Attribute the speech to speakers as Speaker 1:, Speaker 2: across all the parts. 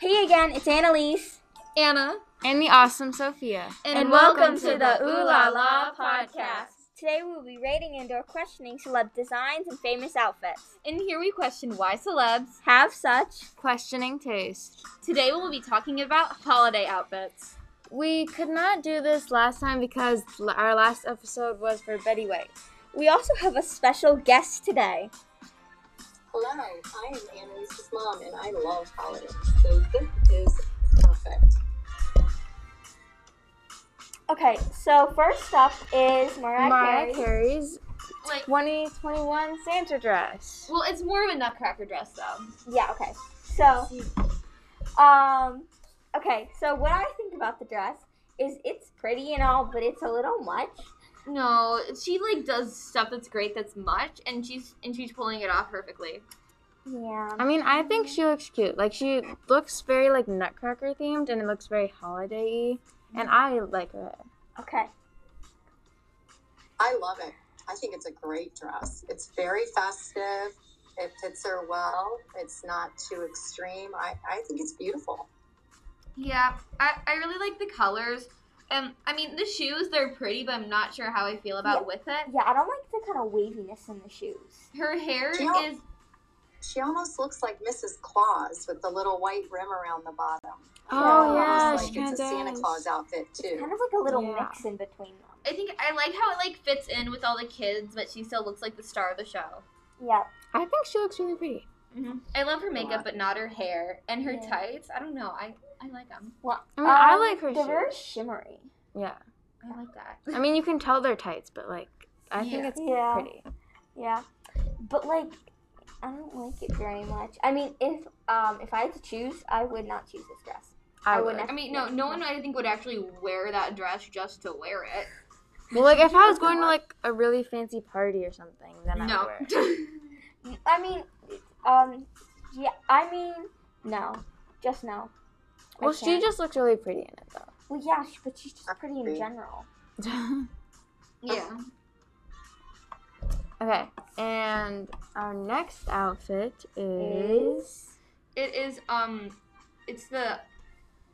Speaker 1: Hey again, it's Annalise.
Speaker 2: Anna,
Speaker 3: and the awesome Sophia.
Speaker 2: and,
Speaker 1: Today we will be rating and or questioning celeb designs and famous outfits.
Speaker 2: And here we question why celebs.
Speaker 1: Have such.
Speaker 3: Questioning taste.
Speaker 2: Today we'll be talking about holiday outfits.
Speaker 3: We could not do this last time because l- our last episode was for Betty White.
Speaker 1: We also have a special guest today.
Speaker 4: Hello, I am Annalise's mom, and I love holidays. So this is perfect.
Speaker 1: Okay, so first up is Mariah,
Speaker 3: Mariah
Speaker 1: Carey.
Speaker 3: Carey's
Speaker 2: Like,
Speaker 3: 2021 Santa dress.
Speaker 2: well, it's more of a nutcracker dress though.
Speaker 1: Yeah, okay. So, um, okay, so what I think about the dress is it's pretty and all, but it's a little much.
Speaker 2: No, she like does stuff that's great, that's much, and she's and she's pulling it off perfectly.
Speaker 1: Yeah.
Speaker 3: I mean, I think she looks cute. Like she looks very like Nutcracker themed, and it looks very holiday-y. And I like her.
Speaker 1: Okay.
Speaker 4: I love it. I think it's a great dress. It's very festive. It fits her well. It's not too extreme. I, I think it's beautiful.
Speaker 2: Yeah, I, I really like the colors. Um, I mean the shoes they're pretty, but I'm not sure how I feel about
Speaker 1: Yeah.
Speaker 2: with it.
Speaker 1: Yeah, I don't like the kind of waviness in the shoes.
Speaker 2: Her hair
Speaker 4: Yeah.
Speaker 2: is
Speaker 4: She almost looks like Mrs. Claus with the little white rim around the bottom.
Speaker 3: Oh,
Speaker 4: yeah,
Speaker 3: yeah,
Speaker 4: almost
Speaker 3: she
Speaker 4: like it's a
Speaker 3: kinda
Speaker 4: Santa
Speaker 3: does.
Speaker 4: Claus outfit
Speaker 1: Kind of
Speaker 4: too.
Speaker 1: like a little
Speaker 3: Yeah.
Speaker 1: mix in between them.
Speaker 2: I think I like how it like fits in with all the kids, but she still looks like the star of the show.
Speaker 1: Yeah.
Speaker 3: I think she looks really pretty.
Speaker 2: I love her
Speaker 4: Yeah.
Speaker 2: makeup, but not her hair and her
Speaker 1: Yeah.
Speaker 2: tights. I don't know. I I like them.
Speaker 1: Well,
Speaker 3: I mean, I
Speaker 1: um,
Speaker 3: like her
Speaker 1: They're very
Speaker 3: shoes.
Speaker 1: shimmery.
Speaker 3: Yeah.
Speaker 2: I like that.
Speaker 3: I mean, you can tell they're tights, but like, I think
Speaker 2: Yeah.
Speaker 3: it's
Speaker 1: Yeah.
Speaker 3: pretty.
Speaker 1: Yeah. But like, I don't like it very much. I mean, if um if I had to choose, I would not choose this dress. I would
Speaker 2: I mean, no, no one I think would actually wear that dress just to wear it.
Speaker 3: Well, like if I was going to like a really fancy party or something, then I would
Speaker 2: No.
Speaker 3: wear. it.
Speaker 1: I mean, um, yeah. I mean, no, just no. I
Speaker 3: Well, she
Speaker 1: can't.
Speaker 3: just looks really pretty in it though.
Speaker 1: Well, yeah, she, but she's just pretty in
Speaker 4: Agree.
Speaker 1: general.
Speaker 2: yeah.
Speaker 3: okay, and our next outfit is
Speaker 2: It is um it's the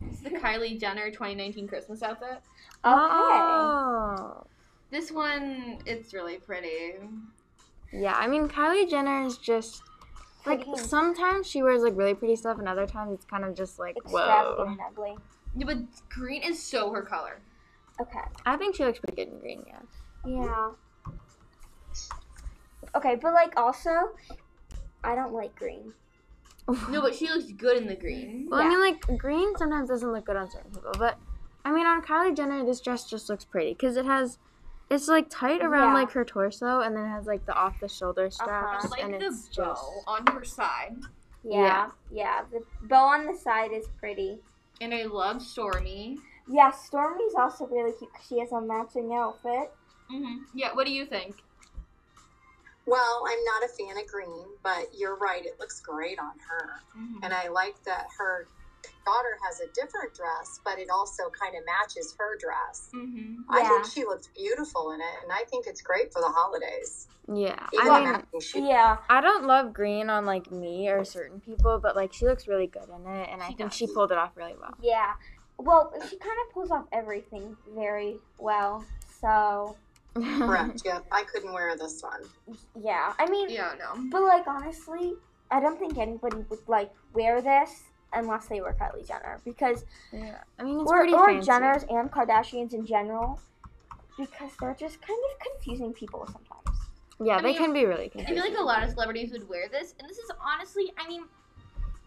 Speaker 2: it's the Kylie Jenner 2019 Christmas outfit.
Speaker 3: oh
Speaker 2: This one it's really pretty.
Speaker 3: yeah. I mean, Kylie Jenner is just like
Speaker 1: Pretty
Speaker 3: sometimes she wears like really pretty stuff, and other times it's kind of just like
Speaker 1: extravagant
Speaker 3: whoa.
Speaker 1: and ugly.
Speaker 2: Yeah, but green is so her color.
Speaker 1: Okay.
Speaker 3: I think she looks pretty good in green. Yeah.
Speaker 1: Yeah. Okay, but like also, I don't like green.
Speaker 2: No, but she looks good in the green.
Speaker 3: Well,
Speaker 1: Yeah.
Speaker 3: I mean, like green sometimes doesn't look good on certain people, but I mean, on Kylie Jenner, this dress just looks pretty because it has, it's like tight around
Speaker 1: Yeah.
Speaker 3: like her torso, and then it has like the off the shoulder straps,
Speaker 2: I like
Speaker 3: and
Speaker 2: the
Speaker 3: it's
Speaker 2: bow
Speaker 3: just
Speaker 2: on her side.
Speaker 1: Yeah. Yeah. The bow on the side is pretty.
Speaker 2: And I love Stormy.
Speaker 1: Yeah, Stormy's also really cute because she has a matching outfit.
Speaker 2: hmm Yeah, what do you think?
Speaker 4: Well, I'm not a fan of green, but you're right. It looks great on her.
Speaker 2: Mm-hmm.
Speaker 4: And I like that her daughter has a different dress, but it also kind of matches her dress.
Speaker 2: hmm
Speaker 4: I
Speaker 1: Yeah.
Speaker 4: think she looks beautiful in it, and I think it's great for the holidays.
Speaker 3: yeah.
Speaker 4: Even
Speaker 3: I mean,
Speaker 4: after she-
Speaker 1: Yeah.
Speaker 3: I don't love green on like me or certain people, but like she looks really good in it, and I
Speaker 2: She
Speaker 3: think she
Speaker 2: does.
Speaker 3: pulled it off really well.
Speaker 1: Yeah. Well, she kind of pulls off everything very well. So,
Speaker 4: Correct. Yeah, I couldn't wear this one.
Speaker 1: yeah. I mean,
Speaker 2: Yeah, no.
Speaker 1: but like honestly, I don't think anybody would like wear this unless they were Kylie Jenner because
Speaker 3: yeah. I mean, it's
Speaker 1: or,
Speaker 3: pretty
Speaker 1: or
Speaker 3: fancy.
Speaker 1: Jenners and Kardashians in general, because they're just kind of confusing people sometimes.
Speaker 3: Yeah,
Speaker 2: I
Speaker 3: they
Speaker 2: mean,
Speaker 3: can be really
Speaker 2: I feel
Speaker 3: confusing.
Speaker 2: like a lot of celebrities would wear this, and this is honestly, I mean,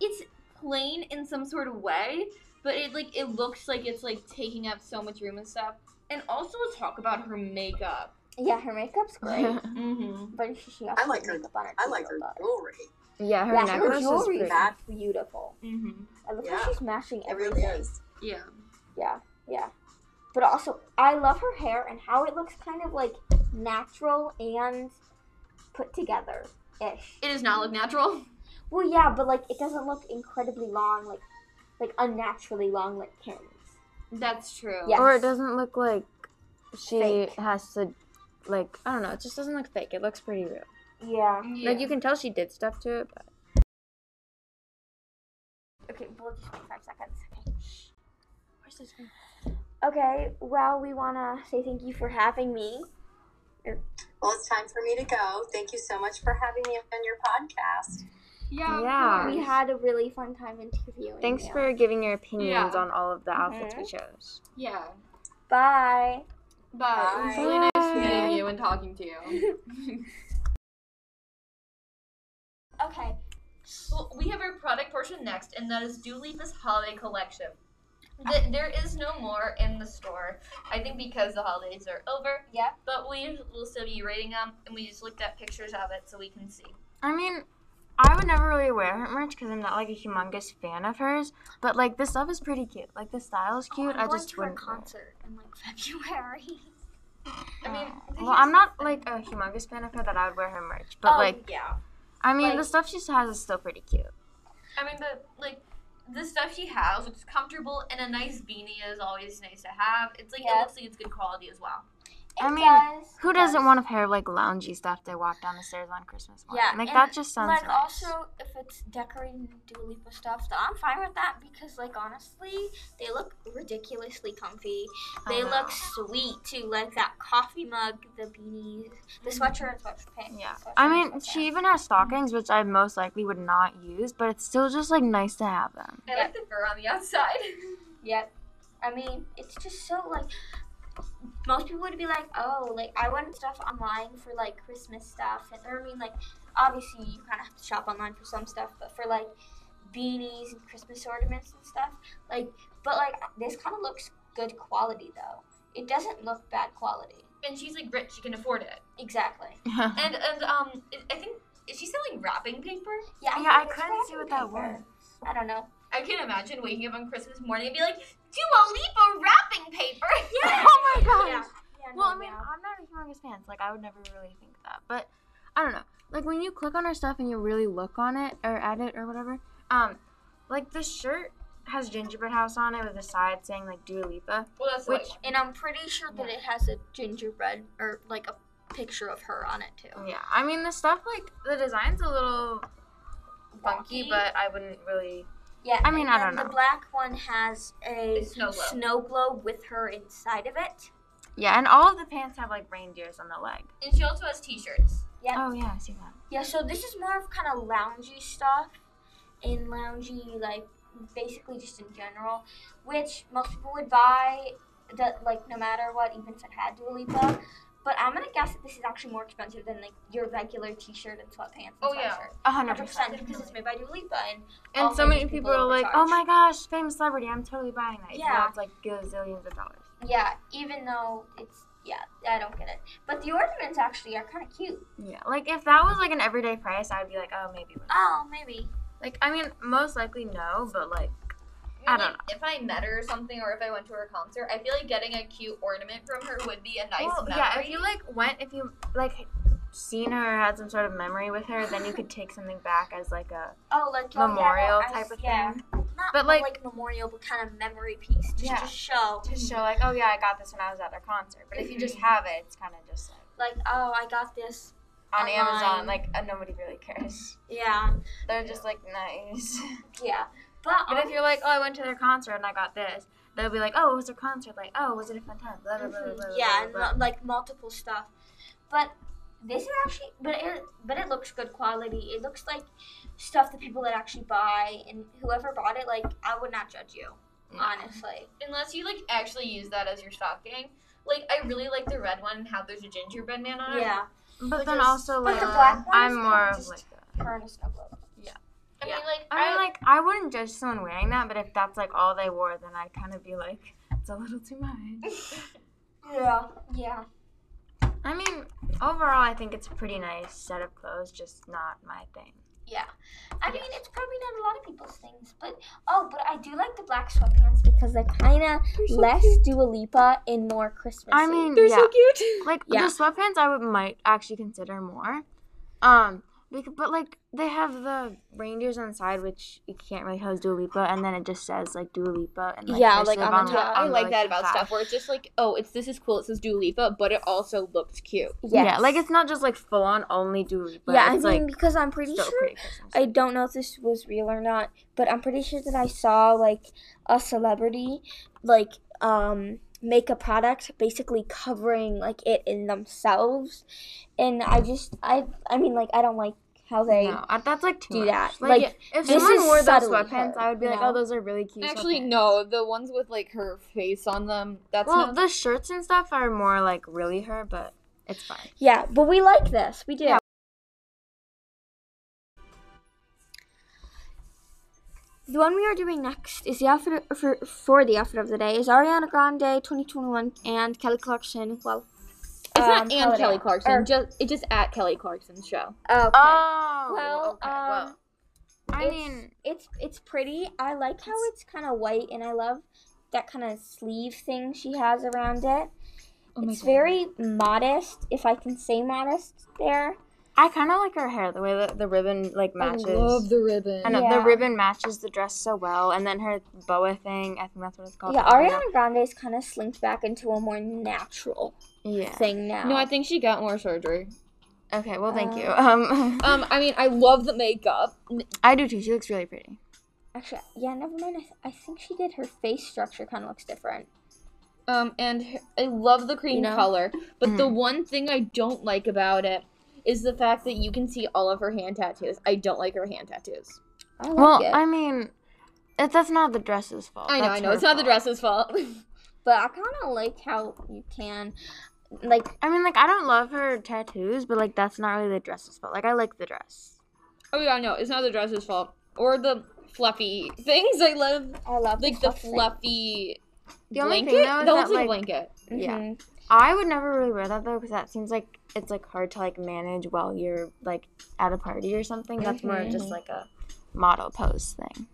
Speaker 2: it's plain in some sort of way, but it like it looks like it's like taking up so much room and stuff. And also let's talk about her makeup.
Speaker 1: Yeah, her makeup's great,
Speaker 2: Mm-hmm.
Speaker 1: but she, she also
Speaker 4: like
Speaker 1: did
Speaker 4: her-
Speaker 1: makeup on her.
Speaker 4: I like her
Speaker 1: cheekbone.
Speaker 4: jewelry.
Speaker 3: yeah, her
Speaker 1: yeah, her
Speaker 3: necklace is
Speaker 1: jewelry
Speaker 3: pretty.
Speaker 1: is
Speaker 4: pretty.
Speaker 1: beautiful.
Speaker 2: Mm-hmm.
Speaker 1: I love
Speaker 4: Yeah.
Speaker 1: how she's mashing
Speaker 4: It really
Speaker 1: everything.
Speaker 4: is.
Speaker 2: Yeah.
Speaker 1: Yeah, yeah. But also, I love her hair and how it looks kind of like natural and put together ish.
Speaker 2: It does not look natural.
Speaker 1: Well, yeah, but like it doesn't look incredibly long, like like unnaturally long, like Kim's.
Speaker 2: That's true.
Speaker 1: Yeah.
Speaker 3: Or
Speaker 1: Yes.
Speaker 3: it doesn't look like she
Speaker 1: Fake.
Speaker 3: has to, like, I don't know. It just doesn't look fake. It looks pretty real.
Speaker 1: Yeah.
Speaker 2: Yeah.
Speaker 3: Like, you can tell she did stuff to it, but.
Speaker 1: Okay, we'll just wait five seconds. Okay. Shh. Where's this one? Okay, well, we want to say thank you for having me.
Speaker 4: Well, it's time for me to go. Thank you so much for having me on your podcast.
Speaker 2: Yeah. of
Speaker 3: Yeah.
Speaker 2: course.
Speaker 1: We had a really fun time interviewing.
Speaker 3: Thanks
Speaker 1: you.
Speaker 3: for giving your opinions
Speaker 2: Yeah.
Speaker 3: on all of the outfits we chose.
Speaker 2: Yeah.
Speaker 1: Bye.
Speaker 2: Bye. It was
Speaker 4: Bye.
Speaker 2: really nice
Speaker 3: Bye.
Speaker 2: meeting you and talking to you.
Speaker 1: Okay.
Speaker 2: well, we have our product portion next, and that is Dooley's holiday collection.
Speaker 3: Ah.
Speaker 2: Th- there is no more in the store. I think because the holidays are over,
Speaker 1: Yeah.
Speaker 2: but we will still be rating them, and we just looked at pictures of it so we can see.
Speaker 3: I mean, I would never really wear her merch because I'm not like a humongous fan of hers. But like this stuff is pretty cute. Like the style is cute.
Speaker 1: I'm
Speaker 3: I
Speaker 1: going
Speaker 3: just
Speaker 1: Oh, to a
Speaker 3: wouldn't. wear it.
Speaker 1: concert in like February.
Speaker 2: I mean,
Speaker 3: Ah. Well, I'm not like a humongous fan of her that I would wear her merch. But
Speaker 1: Oh,
Speaker 3: like,
Speaker 1: yeah.
Speaker 3: I mean, the
Speaker 2: like-
Speaker 3: stuff she has is still pretty cute.
Speaker 2: I mean, but like the stuff she has looks comfortable, and a nice beanie is always nice to have. It's like
Speaker 1: Yeah.
Speaker 2: it looks like it's good quality as well.
Speaker 3: I
Speaker 1: It
Speaker 3: mean,
Speaker 1: does,
Speaker 3: Who
Speaker 1: it
Speaker 3: doesn't
Speaker 1: does.
Speaker 3: want a pair of like loungy stuff to walk down the stairs on Christmas morning?
Speaker 1: Yeah,
Speaker 3: like
Speaker 1: and,
Speaker 3: that just sounds
Speaker 1: like
Speaker 3: nice.
Speaker 1: also if it's decorated in Dua Lipa stuff, th- I'm fine with that because like honestly, they look ridiculously comfy.
Speaker 3: I
Speaker 1: They
Speaker 3: know.
Speaker 1: look sweet too, like that coffee mug, the beanies, the sweatshirt and sweatpants.
Speaker 3: Mm-hmm. Yeah.
Speaker 1: sweatshirt
Speaker 3: I
Speaker 1: and
Speaker 3: mean,
Speaker 1: sweatpants.
Speaker 3: she even has stockings, which I most likely would not use, but it's still just like nice to have them.
Speaker 2: I like the fur on the outside.
Speaker 1: Yep. I mean, it's just so like most people would be like, oh, like I want stuff online for like Christmas stuff, and or I mean, like obviously you kind of have to shop online for some stuff, but for like beanies and Christmas ornaments and stuff, like, but like this kind of looks good quality though. It doesn't look bad quality.
Speaker 2: and she's like rich; she can afford it.
Speaker 1: Exactly.
Speaker 2: And and um, I- I think is she selling wrapping paper?
Speaker 1: Yeah.
Speaker 3: Yeah, I
Speaker 1: think it's
Speaker 3: couldn't see what that
Speaker 1: wrapping paper. I don't know.
Speaker 2: I can imagine waking up on Christmas morning and be like, Dua Lipa wrapping paper. Yeah.
Speaker 3: oh my gosh.
Speaker 1: Yeah. Yeah,
Speaker 3: Well, I
Speaker 1: no,
Speaker 3: mean,
Speaker 1: yeah.
Speaker 3: I'm not a humongous fan, so like I would never really think that. But I don't know. Like when you click on her stuff and you really look on it or at it or whatever, um, like this shirt has gingerbread house on it with a side saying like Dua Lipa.
Speaker 2: Well, that's
Speaker 3: Which-
Speaker 2: which.
Speaker 1: and I'm pretty sure that it has a gingerbread or like a picture of her on it too.
Speaker 3: Yeah, I mean the stuff like the design's a little funky,
Speaker 2: Wonky.
Speaker 3: but I wouldn't really.
Speaker 1: Yeah.
Speaker 3: I mean,
Speaker 1: and
Speaker 3: I
Speaker 1: then
Speaker 3: don't
Speaker 1: The
Speaker 3: know.
Speaker 1: black one has a
Speaker 2: It's snow globe.
Speaker 1: globe with her inside of it.
Speaker 3: Yeah, and all of the pants have like reindeers on the leg.
Speaker 2: And she also has T-shirts.
Speaker 1: Yeah.
Speaker 3: Oh yeah, I see that.
Speaker 1: Yeah. So this is more of kind of loungy stuff, and loungy like basically just in general, which most people would buy. That like no matter what, even if it had Dua Lipa. But I'm gonna guess that this is actually more expensive than like your regular T-shirt and sweatpants. And
Speaker 2: Oh, yeah.
Speaker 1: sweatshirt.
Speaker 3: A
Speaker 1: 100
Speaker 3: hundred percent.
Speaker 1: percent because it's made by Dua Lipa and all
Speaker 3: And so many
Speaker 1: famous
Speaker 3: people are like, "Oh
Speaker 1: overcharge."
Speaker 3: my gosh, famous celebrity! I'm totally buying that."
Speaker 1: Yeah.
Speaker 3: Yeah, it's like gazillions of dollars.
Speaker 1: Yeah, even though it's yeah, I don't get it. But the ornaments actually are kind of cute.
Speaker 3: Yeah, like if that was like an everyday price, I'd be like, oh, maybe. we're-"
Speaker 1: Oh, maybe.
Speaker 3: Like, I mean, most likely no, but like, I
Speaker 2: mean,
Speaker 3: don't
Speaker 2: like, If I met her or something, or if I went to her concert, I feel like getting a cute ornament from her would be a nice
Speaker 3: well,
Speaker 2: memory.
Speaker 3: yeah, if you like went, if you like seen her or had some sort of memory with her, then you could take something back as like a
Speaker 1: Oh, like oh, yeah,
Speaker 3: memorial
Speaker 1: I-
Speaker 3: type of
Speaker 1: yeah.
Speaker 3: thing
Speaker 1: Not
Speaker 3: But,
Speaker 1: but
Speaker 3: like-
Speaker 1: like, memorial, but kind of memory piece, just
Speaker 3: Yeah.
Speaker 1: to show,
Speaker 3: to show like, oh yeah, I got this when I was at their concert. But if you just have it, it's kind of just like
Speaker 1: like oh, I got this.
Speaker 3: on
Speaker 1: Online.
Speaker 3: Amazon, like uh, nobody really cares.
Speaker 1: Yeah,
Speaker 3: They're just like nice.
Speaker 1: yeah. But,
Speaker 3: but if you're like, oh, I went to their concert and I got this, they'll be like, oh, it was their concert. Like, oh, was it a fun time? Blah blah blah blah. blah,
Speaker 1: Mhm,
Speaker 3: blah,
Speaker 1: yeah, and
Speaker 3: blah.
Speaker 1: lo- like multiple stuff. But this is actually, but it, but it looks good quality. It looks like stuff that people that actually buy and whoever bought it, like I would not judge you,
Speaker 3: No.
Speaker 1: honestly.
Speaker 2: unless you like actually use that as your stocking. Like I really like the red one and how there's a gingerbread man on it.
Speaker 1: Yeah,
Speaker 3: But
Speaker 2: Which
Speaker 3: then
Speaker 2: is-
Speaker 3: also
Speaker 1: but
Speaker 3: like
Speaker 1: the black ones
Speaker 3: I'm more
Speaker 1: kinda
Speaker 3: of
Speaker 1: just-
Speaker 3: like a,
Speaker 1: her and a snow globe.
Speaker 2: I
Speaker 1: Yeah.
Speaker 2: mean, like
Speaker 3: I mean, like I wouldn't judge someone wearing that, but if that's like all they wore, then I'd kind of be like, it's a little too much.
Speaker 1: Yeah, yeah.
Speaker 3: I mean, overall, I think it's a pretty nice set of clothes, just not my thing.
Speaker 1: I mean, it's probably not a lot of people's things, but oh, but I do like the black sweatpants because they're kind of less Dua Lipa and more Christmas.
Speaker 3: I mean, yeah,
Speaker 2: cute.
Speaker 3: like
Speaker 1: Yeah.
Speaker 3: the sweatpants I would might actually consider more. Um, Bec- But like they have the reindeers on the side, which you can't really host Dua Lipa, and then it just says like Dua Lipa and like,
Speaker 1: Yeah,
Speaker 3: Chris
Speaker 1: like,
Speaker 3: Live
Speaker 1: on the
Speaker 3: the-
Speaker 1: top.
Speaker 2: I
Speaker 3: the,
Speaker 2: like that about
Speaker 3: top.
Speaker 2: stuff where it's just like, oh, it's this is cool. It says Dua Lipa, but it also looks cute.
Speaker 3: Yeah, like it's not just like full on only Dua Lipa.
Speaker 1: yeah, I mean
Speaker 3: it's like
Speaker 1: because I'm pretty
Speaker 3: still
Speaker 1: sure
Speaker 3: pretty Christmas.
Speaker 1: I don't know if this was real or not, but I'm pretty sure that I saw like a celebrity like um make a product basically covering like it in themselves. And I just I I mean like I don't like how they
Speaker 3: no, I- that's like too
Speaker 1: do
Speaker 3: much.
Speaker 1: that.
Speaker 3: Like,
Speaker 1: Like,
Speaker 3: if
Speaker 1: this
Speaker 3: someone
Speaker 1: is
Speaker 3: wore those
Speaker 1: subtly
Speaker 3: sweatpants,
Speaker 1: her,
Speaker 3: I would be
Speaker 1: you
Speaker 3: like,
Speaker 1: know?
Speaker 3: oh, those are really cute.
Speaker 2: Actually,
Speaker 3: sweatpants."
Speaker 2: no, the ones with like her face on them. That's
Speaker 3: Well,
Speaker 2: not.
Speaker 3: the shirts and stuff are more like really her, but it's fine.
Speaker 1: Yeah, but we like this. We do.
Speaker 3: Yeah.
Speaker 1: The one we are doing next is the outfit for, for the outfit of the day is Ariana Grande 2021 and Kelly Clarkson. Well,
Speaker 2: it's not
Speaker 1: um,
Speaker 2: and
Speaker 1: holiday
Speaker 2: Kelly
Speaker 1: outfit.
Speaker 2: Clarkson.
Speaker 1: Or-
Speaker 2: just it's just at Kelly Clarkson's show.
Speaker 1: okay.
Speaker 3: Oh,
Speaker 1: well, um,
Speaker 3: I
Speaker 1: it's,
Speaker 3: mean,
Speaker 1: it's it's pretty. I like how it's kind of white, and I love that kind of sleeve thing she has around it. it's very modest, if I can say modest there.
Speaker 3: I kind of like her hair, the way that the ribbon like matches.
Speaker 2: I love the ribbon.
Speaker 3: I know
Speaker 1: Yeah.
Speaker 3: the ribbon matches the dress so well, and then her boa thing. I think that's what it's called.
Speaker 1: Yeah,
Speaker 3: I don't know.
Speaker 1: Ariana Grande is kind of slinked back into a more natural
Speaker 3: Yeah.
Speaker 1: thing now.
Speaker 2: No, I think she got more surgery.
Speaker 3: Okay. Well, thank
Speaker 1: Uh,
Speaker 3: you. Um,
Speaker 2: Um, I mean, I love the makeup.
Speaker 3: I do too. She looks really pretty.
Speaker 1: Actually, yeah, never mind. I, th- I think she did her face structure kind of looks different.
Speaker 2: Um, and her- I love the cream
Speaker 1: You know?
Speaker 2: color. But the
Speaker 3: Mhm.
Speaker 2: one thing I don't like about it is the fact that you can see all of her hand tattoos. I don't like her hand tattoos.
Speaker 1: I like
Speaker 3: well,
Speaker 1: it.
Speaker 3: I mean, it, that's not the dress's fault.
Speaker 2: I know,
Speaker 3: That's
Speaker 2: I know.
Speaker 3: her
Speaker 2: It's not the
Speaker 3: fault.
Speaker 2: dress's fault.
Speaker 1: but I kind of like how you can, like,
Speaker 3: I mean, like I don't love her tattoos, but like that's not really the dress's fault. Like I like the dress.
Speaker 2: oh yeah, no, it's not the dress's fault or the fluffy things. I love
Speaker 1: I love
Speaker 2: like the fluffy.
Speaker 3: The only
Speaker 2: blanket?
Speaker 3: thing, though, is
Speaker 2: that looks like a
Speaker 3: that, like-
Speaker 2: blanket.
Speaker 3: yeah.
Speaker 2: mm-hmm.
Speaker 1: Mhm.
Speaker 3: I would never really wear that though, because that seems like it's like hard to like manage while you're like at a party or something. That's more of
Speaker 2: Mm-hmm.
Speaker 3: just like a model pose thing.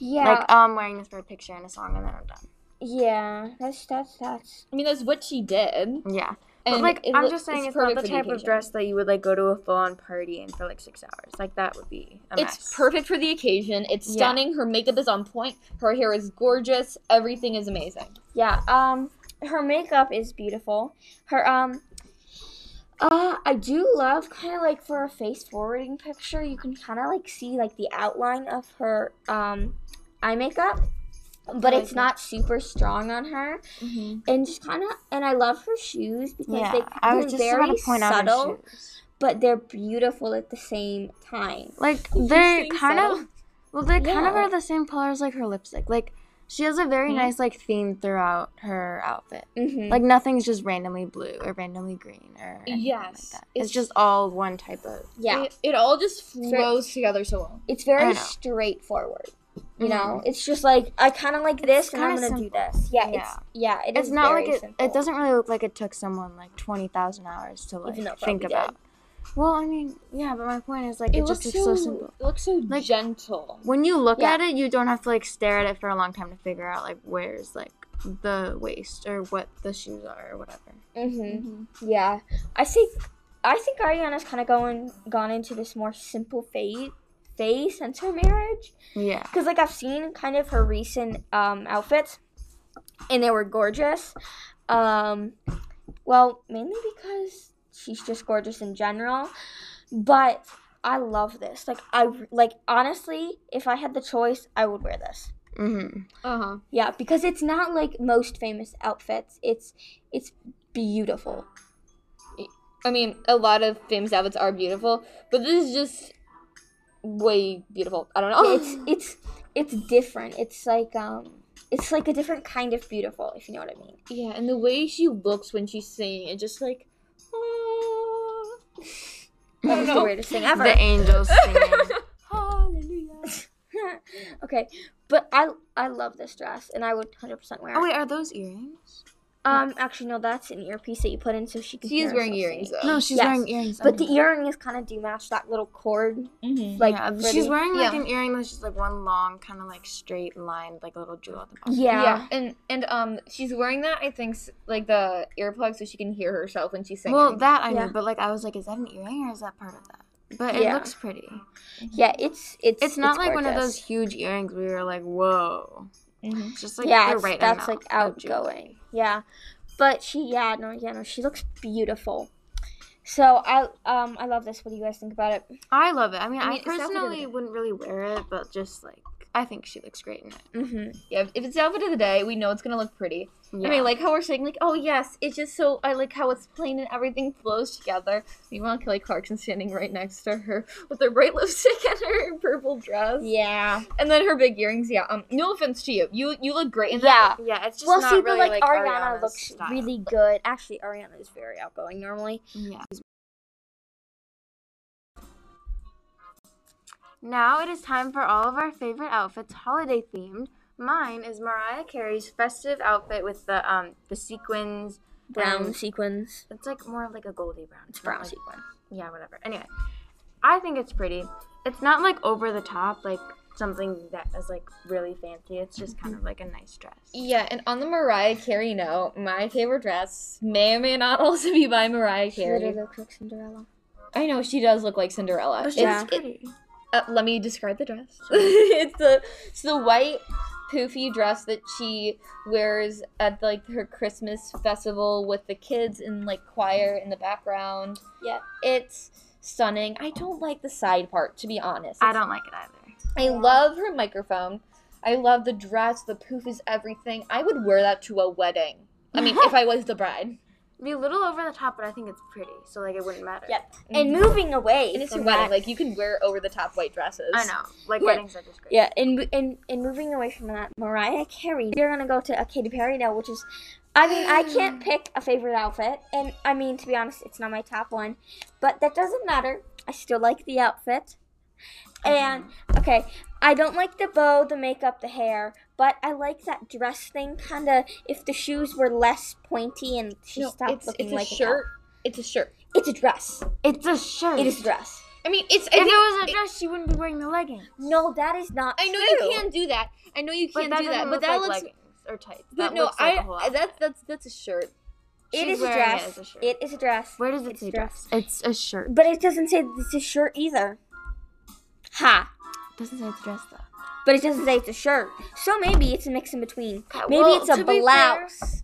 Speaker 1: Yeah,
Speaker 2: uh
Speaker 3: Like, oh, I'm wearing this for a picture and a song, and then I'm done.
Speaker 1: yeah. That's that's that's.
Speaker 2: I mean, that's what she did. And
Speaker 3: Yeah. But, like,
Speaker 2: it
Speaker 3: I'm
Speaker 2: look-
Speaker 3: just saying it's,
Speaker 2: perfect for
Speaker 3: not the type of
Speaker 2: occasion.
Speaker 3: dress that you would, like, go to a full on party in for, like, six hours. Like, that would be a
Speaker 2: It's
Speaker 3: mess.
Speaker 2: perfect for the occasion. It's
Speaker 3: Yeah.
Speaker 2: stunning. Her makeup is on point. Her hair is gorgeous. Everything is amazing.
Speaker 1: Yeah, um her makeup is beautiful. Her um uh I do love kind of like for a face forwarding picture, you can kind of like see like the outline of her um eye makeup, but
Speaker 2: I
Speaker 1: it's
Speaker 2: like
Speaker 1: not super strong on her.
Speaker 3: Mm-hmm.
Speaker 1: And just kind of and I love her shoes because
Speaker 3: Yeah.
Speaker 1: they
Speaker 3: I was
Speaker 1: they're
Speaker 3: just
Speaker 1: very
Speaker 3: about to point out
Speaker 1: subtle,
Speaker 3: her shoes.
Speaker 1: but they're beautiful at the same time.
Speaker 3: Like,
Speaker 2: you
Speaker 3: they're
Speaker 2: think
Speaker 3: kind
Speaker 2: so?
Speaker 3: of. Well, they kind
Speaker 1: Yeah. Mm-hmm.
Speaker 3: of are the same color as, like, her lipstick. Like, she has a very
Speaker 2: Mhm.
Speaker 3: nice, like, theme throughout her outfit.
Speaker 1: Mhm.
Speaker 3: Like, nothing's just randomly blue or randomly green or anything
Speaker 2: Yes.
Speaker 3: like that. It's, just all one type of.
Speaker 1: yeah.
Speaker 2: It, it all just flows together so well.
Speaker 1: it's
Speaker 3: I
Speaker 1: very
Speaker 3: know.
Speaker 1: straightforward. You know, it's just like I kind of like this, and I'm
Speaker 3: Mm-hmm. kinda
Speaker 1: gonna do this. Yeah, it's yeah, it
Speaker 3: it's
Speaker 1: is
Speaker 3: not
Speaker 1: very
Speaker 3: like it,
Speaker 1: simple.
Speaker 3: it doesn't really look like it took someone like 20,000 hours to like
Speaker 1: Even though it
Speaker 3: think
Speaker 1: probably
Speaker 3: about. Well, I mean, yeah, but my point is like it, just looks so, simple.
Speaker 2: It looks so
Speaker 3: Like-
Speaker 2: gentle.
Speaker 3: When you look
Speaker 1: Yeah.
Speaker 3: at it, you don't have to like stare at it for a long time to figure out like where's like the waist or what the shoes are or whatever.
Speaker 1: hmm
Speaker 2: Mm-hmm.
Speaker 1: Yeah, I think I think Ariana's kind of going gone into this more simple phase phase since her marriage,
Speaker 3: Yeah.
Speaker 1: because like I've seen kind of her recent um outfits, and they were gorgeous. Um, well, mainly because she's just gorgeous in general, but. I love this. Like I like honestly, if I had the choice, I would wear this.
Speaker 3: Mm-hmm.
Speaker 2: Uh huh.
Speaker 1: Yeah, because it's not like most famous outfits. It's it's beautiful.
Speaker 2: I mean, a lot of famous outfits are beautiful, but this is just way beautiful. I don't know.
Speaker 3: Oh.
Speaker 1: It's it's it's different. It's like um it's like a different kind of beautiful, if you know what I mean.
Speaker 2: yeah, and the way she looks when she's singing, it's just like. "Ah." I don't
Speaker 1: That's the
Speaker 2: know.
Speaker 1: weirdest thing ever.
Speaker 3: The angels singing.
Speaker 1: okay, but I I love this dress and I would 100% wear it.
Speaker 3: oh wait, are those earrings?
Speaker 1: Um actually no, that's an earpiece that you put in so she can
Speaker 2: She is
Speaker 1: hear
Speaker 2: wearing
Speaker 1: herself
Speaker 2: earrings
Speaker 1: sing.
Speaker 2: though.
Speaker 3: No, she's
Speaker 1: Yes.
Speaker 3: wearing earrings.
Speaker 1: But
Speaker 3: okay.
Speaker 1: the earring is kind of do match that little cord
Speaker 2: Mhm.
Speaker 1: like
Speaker 3: yeah,
Speaker 1: for
Speaker 3: she's
Speaker 1: the-
Speaker 3: wearing like
Speaker 2: Yeah.
Speaker 3: an earring that's just like one long kind of like straight line, like a little jewel at the bottom.
Speaker 1: yeah.
Speaker 2: Yeah, and and um, she's wearing that I think s- like the earplugs so she can hear herself when she's singing.
Speaker 3: Well, that I
Speaker 1: Yeah.
Speaker 3: knew, but like I was like, is that an earring or is that part of that? but it
Speaker 1: Yeah.
Speaker 3: looks pretty.
Speaker 1: Yeah, it's it's
Speaker 3: It's not like one of those
Speaker 1: gorgeous.
Speaker 3: huge earrings where you're like, whoa.
Speaker 2: Mhm.
Speaker 3: It's Just like
Speaker 1: yeah,
Speaker 3: the
Speaker 1: it's-
Speaker 3: right
Speaker 1: that's
Speaker 3: amount
Speaker 1: like
Speaker 3: of jewelry.
Speaker 1: outgoing. Yeah, but she yeah no yeah no she looks beautiful. So I um I love this. What do you guys think about it?
Speaker 3: I love it. I mean,
Speaker 2: I
Speaker 3: I,
Speaker 2: mean, it's definitely
Speaker 3: personally
Speaker 2: good.
Speaker 3: wouldn't really wear it, but just like I think she looks great in it.
Speaker 1: Mm-hmm.
Speaker 2: Yeah, if it's outfit of the day, we know it's gonna look pretty. I
Speaker 3: Yeah.
Speaker 2: mean, like how we're saying, like, oh yes, it's just so I like how it's plain and everything flows together. Meanwhile, Kelly Clarkson standing right next to her with her bright lipstick and her purple dress,
Speaker 1: Yeah.
Speaker 2: and then her big earrings. Yeah, um, no offense to you, you you look great in that.
Speaker 1: Yeah.
Speaker 3: yeah, it's just
Speaker 1: well,
Speaker 3: not
Speaker 1: see, but
Speaker 3: really
Speaker 1: like,
Speaker 3: like
Speaker 1: Ariana
Speaker 3: Ariana's
Speaker 1: looks
Speaker 3: style.
Speaker 1: really good. Actually, Ariana is very outgoing normally.
Speaker 3: Yeah. Now it is time for all of our favorite outfits, holiday themed. Mine is Mariah Carey's festive outfit with the um the sequins.
Speaker 1: Brown
Speaker 3: Um,
Speaker 1: sequins.
Speaker 3: It's like more of like a goldy brown.
Speaker 1: It's
Speaker 3: not
Speaker 1: brown
Speaker 3: like-
Speaker 1: sequin.
Speaker 3: yeah, whatever. Anyway, I think it's pretty. It's not like over the top, like something that is like really fancy. It's just kind of like a nice dress.
Speaker 2: Yeah, and on the Mariah Carey note, my favorite dress may or may not also be by Mariah
Speaker 1: She
Speaker 2: Carey.
Speaker 1: literally looks like Cinderella.
Speaker 2: I know she does look like Cinderella.
Speaker 3: It's
Speaker 2: It's-
Speaker 3: just
Speaker 2: it-
Speaker 3: pretty.
Speaker 2: uh, let me describe the dress. it's the it's the white poofy dress that she wears at like her Christmas festival with the kids and like choir in the background.
Speaker 1: Yep.
Speaker 2: It's stunning. I don't like the side part to be honest.
Speaker 3: I don't like it either.
Speaker 2: I love her microphone. I love the dress. The poof is everything. I would wear that to a wedding. I mean, if I was the bride.
Speaker 3: It'd be a little over the top, but I think it's pretty, so like it wouldn't matter.
Speaker 1: Yep. And
Speaker 3: Mm-hmm.
Speaker 1: moving away.
Speaker 2: And it's your
Speaker 1: from
Speaker 2: wedding.
Speaker 1: that-
Speaker 2: Like you can wear over the top white dresses.
Speaker 3: I know. Like
Speaker 1: Yeah.
Speaker 3: weddings are just great.
Speaker 1: Yeah, and mo- and and moving away from that, Mariah Carey. You're gonna go to a Katy Perry now, which is, I mean, I
Speaker 3: Mm.
Speaker 1: can't pick a favorite outfit, and I mean to be honest, it's not my top one, but that doesn't matter. I still like the outfit, and
Speaker 3: Mm-hmm.
Speaker 1: okay, I don't like the bow, the makeup, the hair, but I like that dress thing. Kind of, if the shoes were less pointy and she
Speaker 2: No,
Speaker 1: stopped
Speaker 2: it's,
Speaker 1: looking
Speaker 2: it's a
Speaker 1: like
Speaker 2: shirt. It's a shirt.
Speaker 1: An elf. It's a dress.
Speaker 3: It's a shirt.
Speaker 1: It is a dress.
Speaker 2: I mean, it's. I
Speaker 3: If it
Speaker 2: think-
Speaker 3: was a dress, she wouldn't be wearing the leggings.
Speaker 1: No, that is not.
Speaker 2: I know
Speaker 1: true.
Speaker 2: you can't do that. I know you
Speaker 3: But
Speaker 2: can't
Speaker 3: that
Speaker 2: do
Speaker 3: doesn't
Speaker 2: that.
Speaker 3: look
Speaker 2: But that
Speaker 3: like
Speaker 2: looks.
Speaker 3: leggings or tights.
Speaker 2: But
Speaker 3: That
Speaker 2: no,
Speaker 3: looks like a
Speaker 2: I.
Speaker 3: whole
Speaker 2: I-
Speaker 3: outfit.
Speaker 2: that's that's that's a shirt.
Speaker 1: It
Speaker 3: She's
Speaker 1: is a
Speaker 3: wearing it
Speaker 1: dress.
Speaker 3: as a shirt.
Speaker 1: It is a dress.
Speaker 3: Where does it
Speaker 1: it's
Speaker 3: say
Speaker 1: a
Speaker 3: dress?
Speaker 1: dress.
Speaker 3: It's a shirt.
Speaker 1: But it doesn't say that it's a shirt either. Ha.
Speaker 3: It doesn't say it's dress though.
Speaker 1: But it doesn't say it's a shirt. So maybe it's a mix in between. Maybe
Speaker 3: well,
Speaker 1: it's a
Speaker 3: to be fair-
Speaker 1: blouse.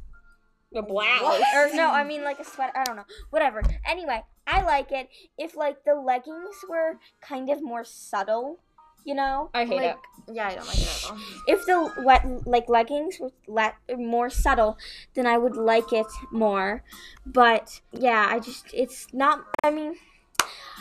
Speaker 1: A blouse. or no, I mean like a sweater. I don't know. Whatever. Anyway, I like it. If like the leggings were kind of more subtle, you know?
Speaker 2: I hate
Speaker 3: Like-
Speaker 2: it.
Speaker 3: Yeah, I don't like it at all.
Speaker 1: If the wet like leggings were le- more subtle, then I would like it more. But yeah, I just it's not. I mean,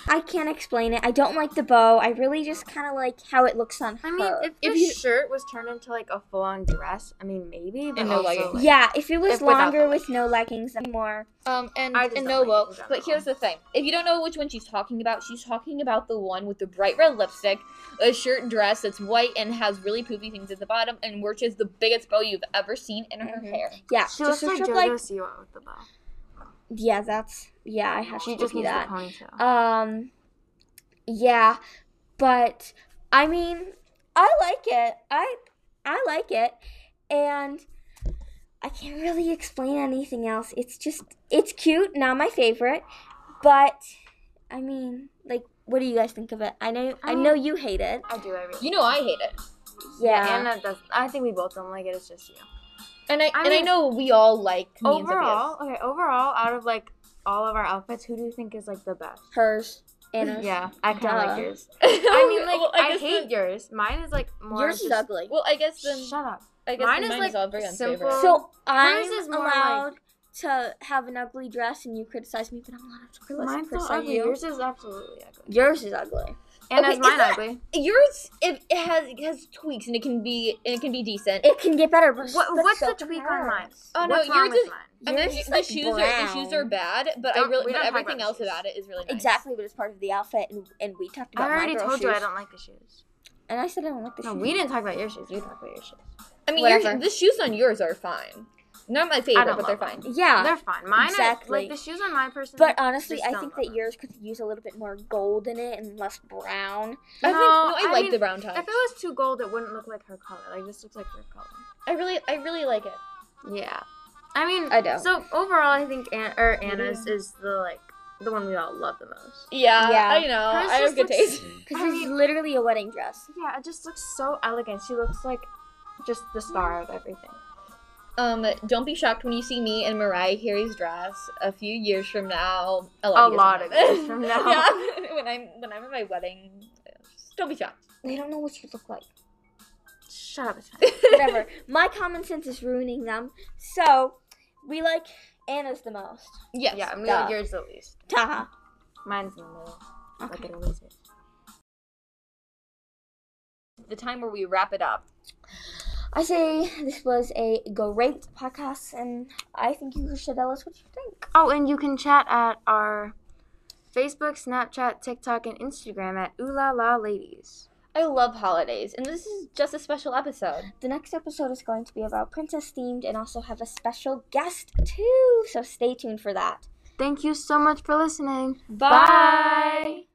Speaker 1: I can't explain it. I don't like the bow. I really just kind of like how it looks on
Speaker 3: I
Speaker 1: her.
Speaker 3: mean, if,
Speaker 2: If
Speaker 3: the
Speaker 2: you-
Speaker 3: shirt was turned into like a full-on dress, I mean maybe, but
Speaker 2: And no
Speaker 3: also,
Speaker 2: leggings.
Speaker 3: like-
Speaker 1: yeah, if it was
Speaker 3: if without
Speaker 1: longer
Speaker 3: the
Speaker 1: with no leggings, then more.
Speaker 2: Um, and
Speaker 3: I just
Speaker 2: and
Speaker 3: don't
Speaker 2: no
Speaker 3: like
Speaker 2: well,
Speaker 3: it in
Speaker 2: but
Speaker 3: general.
Speaker 2: here's the thing: if you don't know which one she's talking about, she's talking about the one with the bright red lipstick, a shirt and dress that's white and has really poofy things at the bottom, and which is the biggest bow you've ever seen in
Speaker 3: Mm-hmm.
Speaker 2: her
Speaker 1: Mhm.
Speaker 2: hair.
Speaker 1: Yeah,
Speaker 3: She looks like
Speaker 1: sort
Speaker 3: JoJo
Speaker 1: of
Speaker 3: Siwa with the bow.
Speaker 1: yeah, that's yeah. I have
Speaker 3: She
Speaker 1: to
Speaker 3: just
Speaker 1: give you
Speaker 3: needs
Speaker 1: that.
Speaker 3: the ponytail.
Speaker 2: Uh,
Speaker 1: Um, yeah, but I mean, I like it. I I like it, and I can't really explain anything else. It's just it's cute, not my favorite, but I mean, like, what do you guys think of it? I know I,
Speaker 3: I mean-
Speaker 1: know you hate it.
Speaker 3: I do. I really.
Speaker 2: You know I hate it,
Speaker 1: Yeah.
Speaker 3: Anna does. I think we both don't like it. It's just you.
Speaker 2: and I,
Speaker 3: I
Speaker 2: and I
Speaker 3: mean-
Speaker 2: know we all like means of it.
Speaker 3: Overall, okay. Overall, out of like all of our outfits, who do you think is like the best?
Speaker 1: Hers. Anna's.
Speaker 3: Yeah, I kind of like
Speaker 1: Duh.
Speaker 3: yours. I
Speaker 2: I
Speaker 3: mean, like
Speaker 2: well,
Speaker 3: I,
Speaker 2: guess
Speaker 3: hate
Speaker 2: the-
Speaker 3: yours. Mine is like more.
Speaker 1: Yours is
Speaker 3: just-
Speaker 1: ugly.
Speaker 2: Well, I guess then
Speaker 3: Shut up.
Speaker 2: I guess
Speaker 3: mine
Speaker 2: then
Speaker 3: is,
Speaker 2: mine is
Speaker 3: like,
Speaker 2: all very
Speaker 3: simple.
Speaker 2: unfavorable.
Speaker 1: So I'm
Speaker 3: is more like-
Speaker 1: allowed to have an ugly dress, and you criticize me, but I'm allowed to criticize
Speaker 3: Mine's so ugly.
Speaker 1: you.
Speaker 3: Yours is absolutely ugly.
Speaker 1: Yours is ugly.
Speaker 3: And
Speaker 2: Okay,
Speaker 3: is mine
Speaker 2: is that-
Speaker 3: ugly?
Speaker 2: yours it, it has it has tweaks and it can be and it can be decent.
Speaker 1: It can get better. But
Speaker 3: What,
Speaker 1: but
Speaker 3: what's
Speaker 1: so
Speaker 3: the
Speaker 1: can
Speaker 3: tweak on
Speaker 1: hers.
Speaker 3: mine?
Speaker 2: Oh, no,
Speaker 3: what's
Speaker 2: you're
Speaker 3: wrong with
Speaker 2: just-
Speaker 3: mine?
Speaker 2: and then
Speaker 1: Yours
Speaker 2: the,
Speaker 1: is, like,
Speaker 2: shoes are the shoes are
Speaker 1: brown.
Speaker 2: bad, but I
Speaker 3: Don't-
Speaker 2: really
Speaker 3: we
Speaker 2: but
Speaker 3: don't talk about
Speaker 2: everything
Speaker 3: the
Speaker 2: else
Speaker 3: shoes.
Speaker 2: about it is really nice.
Speaker 1: Exactly, but it's part of the outfit, and, and we talked about
Speaker 3: I
Speaker 1: my
Speaker 3: already
Speaker 1: girl
Speaker 3: told you I
Speaker 1: shoes.
Speaker 3: don't like the shoes.
Speaker 1: And I said I don't like the
Speaker 3: No,
Speaker 1: shoes.
Speaker 3: we didn't talk about your shoes. You talked about your shoes.
Speaker 2: I mean, yours,
Speaker 1: Whatever.
Speaker 2: the shoes on yours are fine. Not my favorite,
Speaker 3: don't
Speaker 2: but they're
Speaker 3: love
Speaker 2: fine.
Speaker 1: Yeah,
Speaker 3: They're fine. Mine are
Speaker 1: exactly.
Speaker 3: like the shoes on my person.
Speaker 1: but honestly,
Speaker 3: just
Speaker 1: I
Speaker 3: don't
Speaker 1: think
Speaker 3: love
Speaker 1: that
Speaker 3: them.
Speaker 1: yours could use a little bit more gold in it and less brown.
Speaker 2: I think,
Speaker 3: No,
Speaker 2: no, I,
Speaker 3: I
Speaker 2: like
Speaker 3: mean,
Speaker 2: the brown top.
Speaker 3: If it was too gold, it wouldn't look like her color. Like this looks like her color.
Speaker 2: I really, I really like it.
Speaker 3: Yeah. I mean,
Speaker 2: I don't.
Speaker 3: So overall, I think An- or Anna's is the like the one we all love the most.
Speaker 2: Yeah,
Speaker 1: Yeah.
Speaker 2: I know.
Speaker 3: Hers
Speaker 2: I have
Speaker 3: just
Speaker 2: good
Speaker 3: looks-
Speaker 2: taste.
Speaker 1: Because
Speaker 3: I
Speaker 1: it's
Speaker 3: mean-
Speaker 1: literally a wedding dress.
Speaker 3: Yeah, it just looks so elegant. She looks like just the star of everything.
Speaker 2: Um, don't be shocked when you see me in Mariah Carey's dress a few years from now. A
Speaker 3: A
Speaker 2: lot,
Speaker 3: lot
Speaker 2: of
Speaker 3: of
Speaker 2: years
Speaker 3: years from now.
Speaker 2: yeah, when I'm when I'm at my wedding, just don't be shocked.
Speaker 1: They don't know what you look like.
Speaker 3: Shut up. it's fine.
Speaker 1: Whatever. My common sense is ruining them. So, we like Anna's the most.
Speaker 2: Yes.
Speaker 3: Yeah, I'm
Speaker 1: Duh.
Speaker 3: gonna yours the least.
Speaker 1: Haha.
Speaker 3: Mine's in the middle.
Speaker 1: Okay.
Speaker 3: Like a lizard.
Speaker 2: The time where we wrap it up.
Speaker 1: I say this was a great podcast, and I think you should tell us what you think.
Speaker 3: Oh, and you can chat at our Facebook, Snapchat, TikTok, and Instagram at Ooh La La Ladies.
Speaker 2: I love holidays, and this is just a special episode.
Speaker 1: The next episode is going to be about princess themed and also have a special guest too, so stay tuned for that.
Speaker 3: Thank you so much for listening.
Speaker 2: Bye.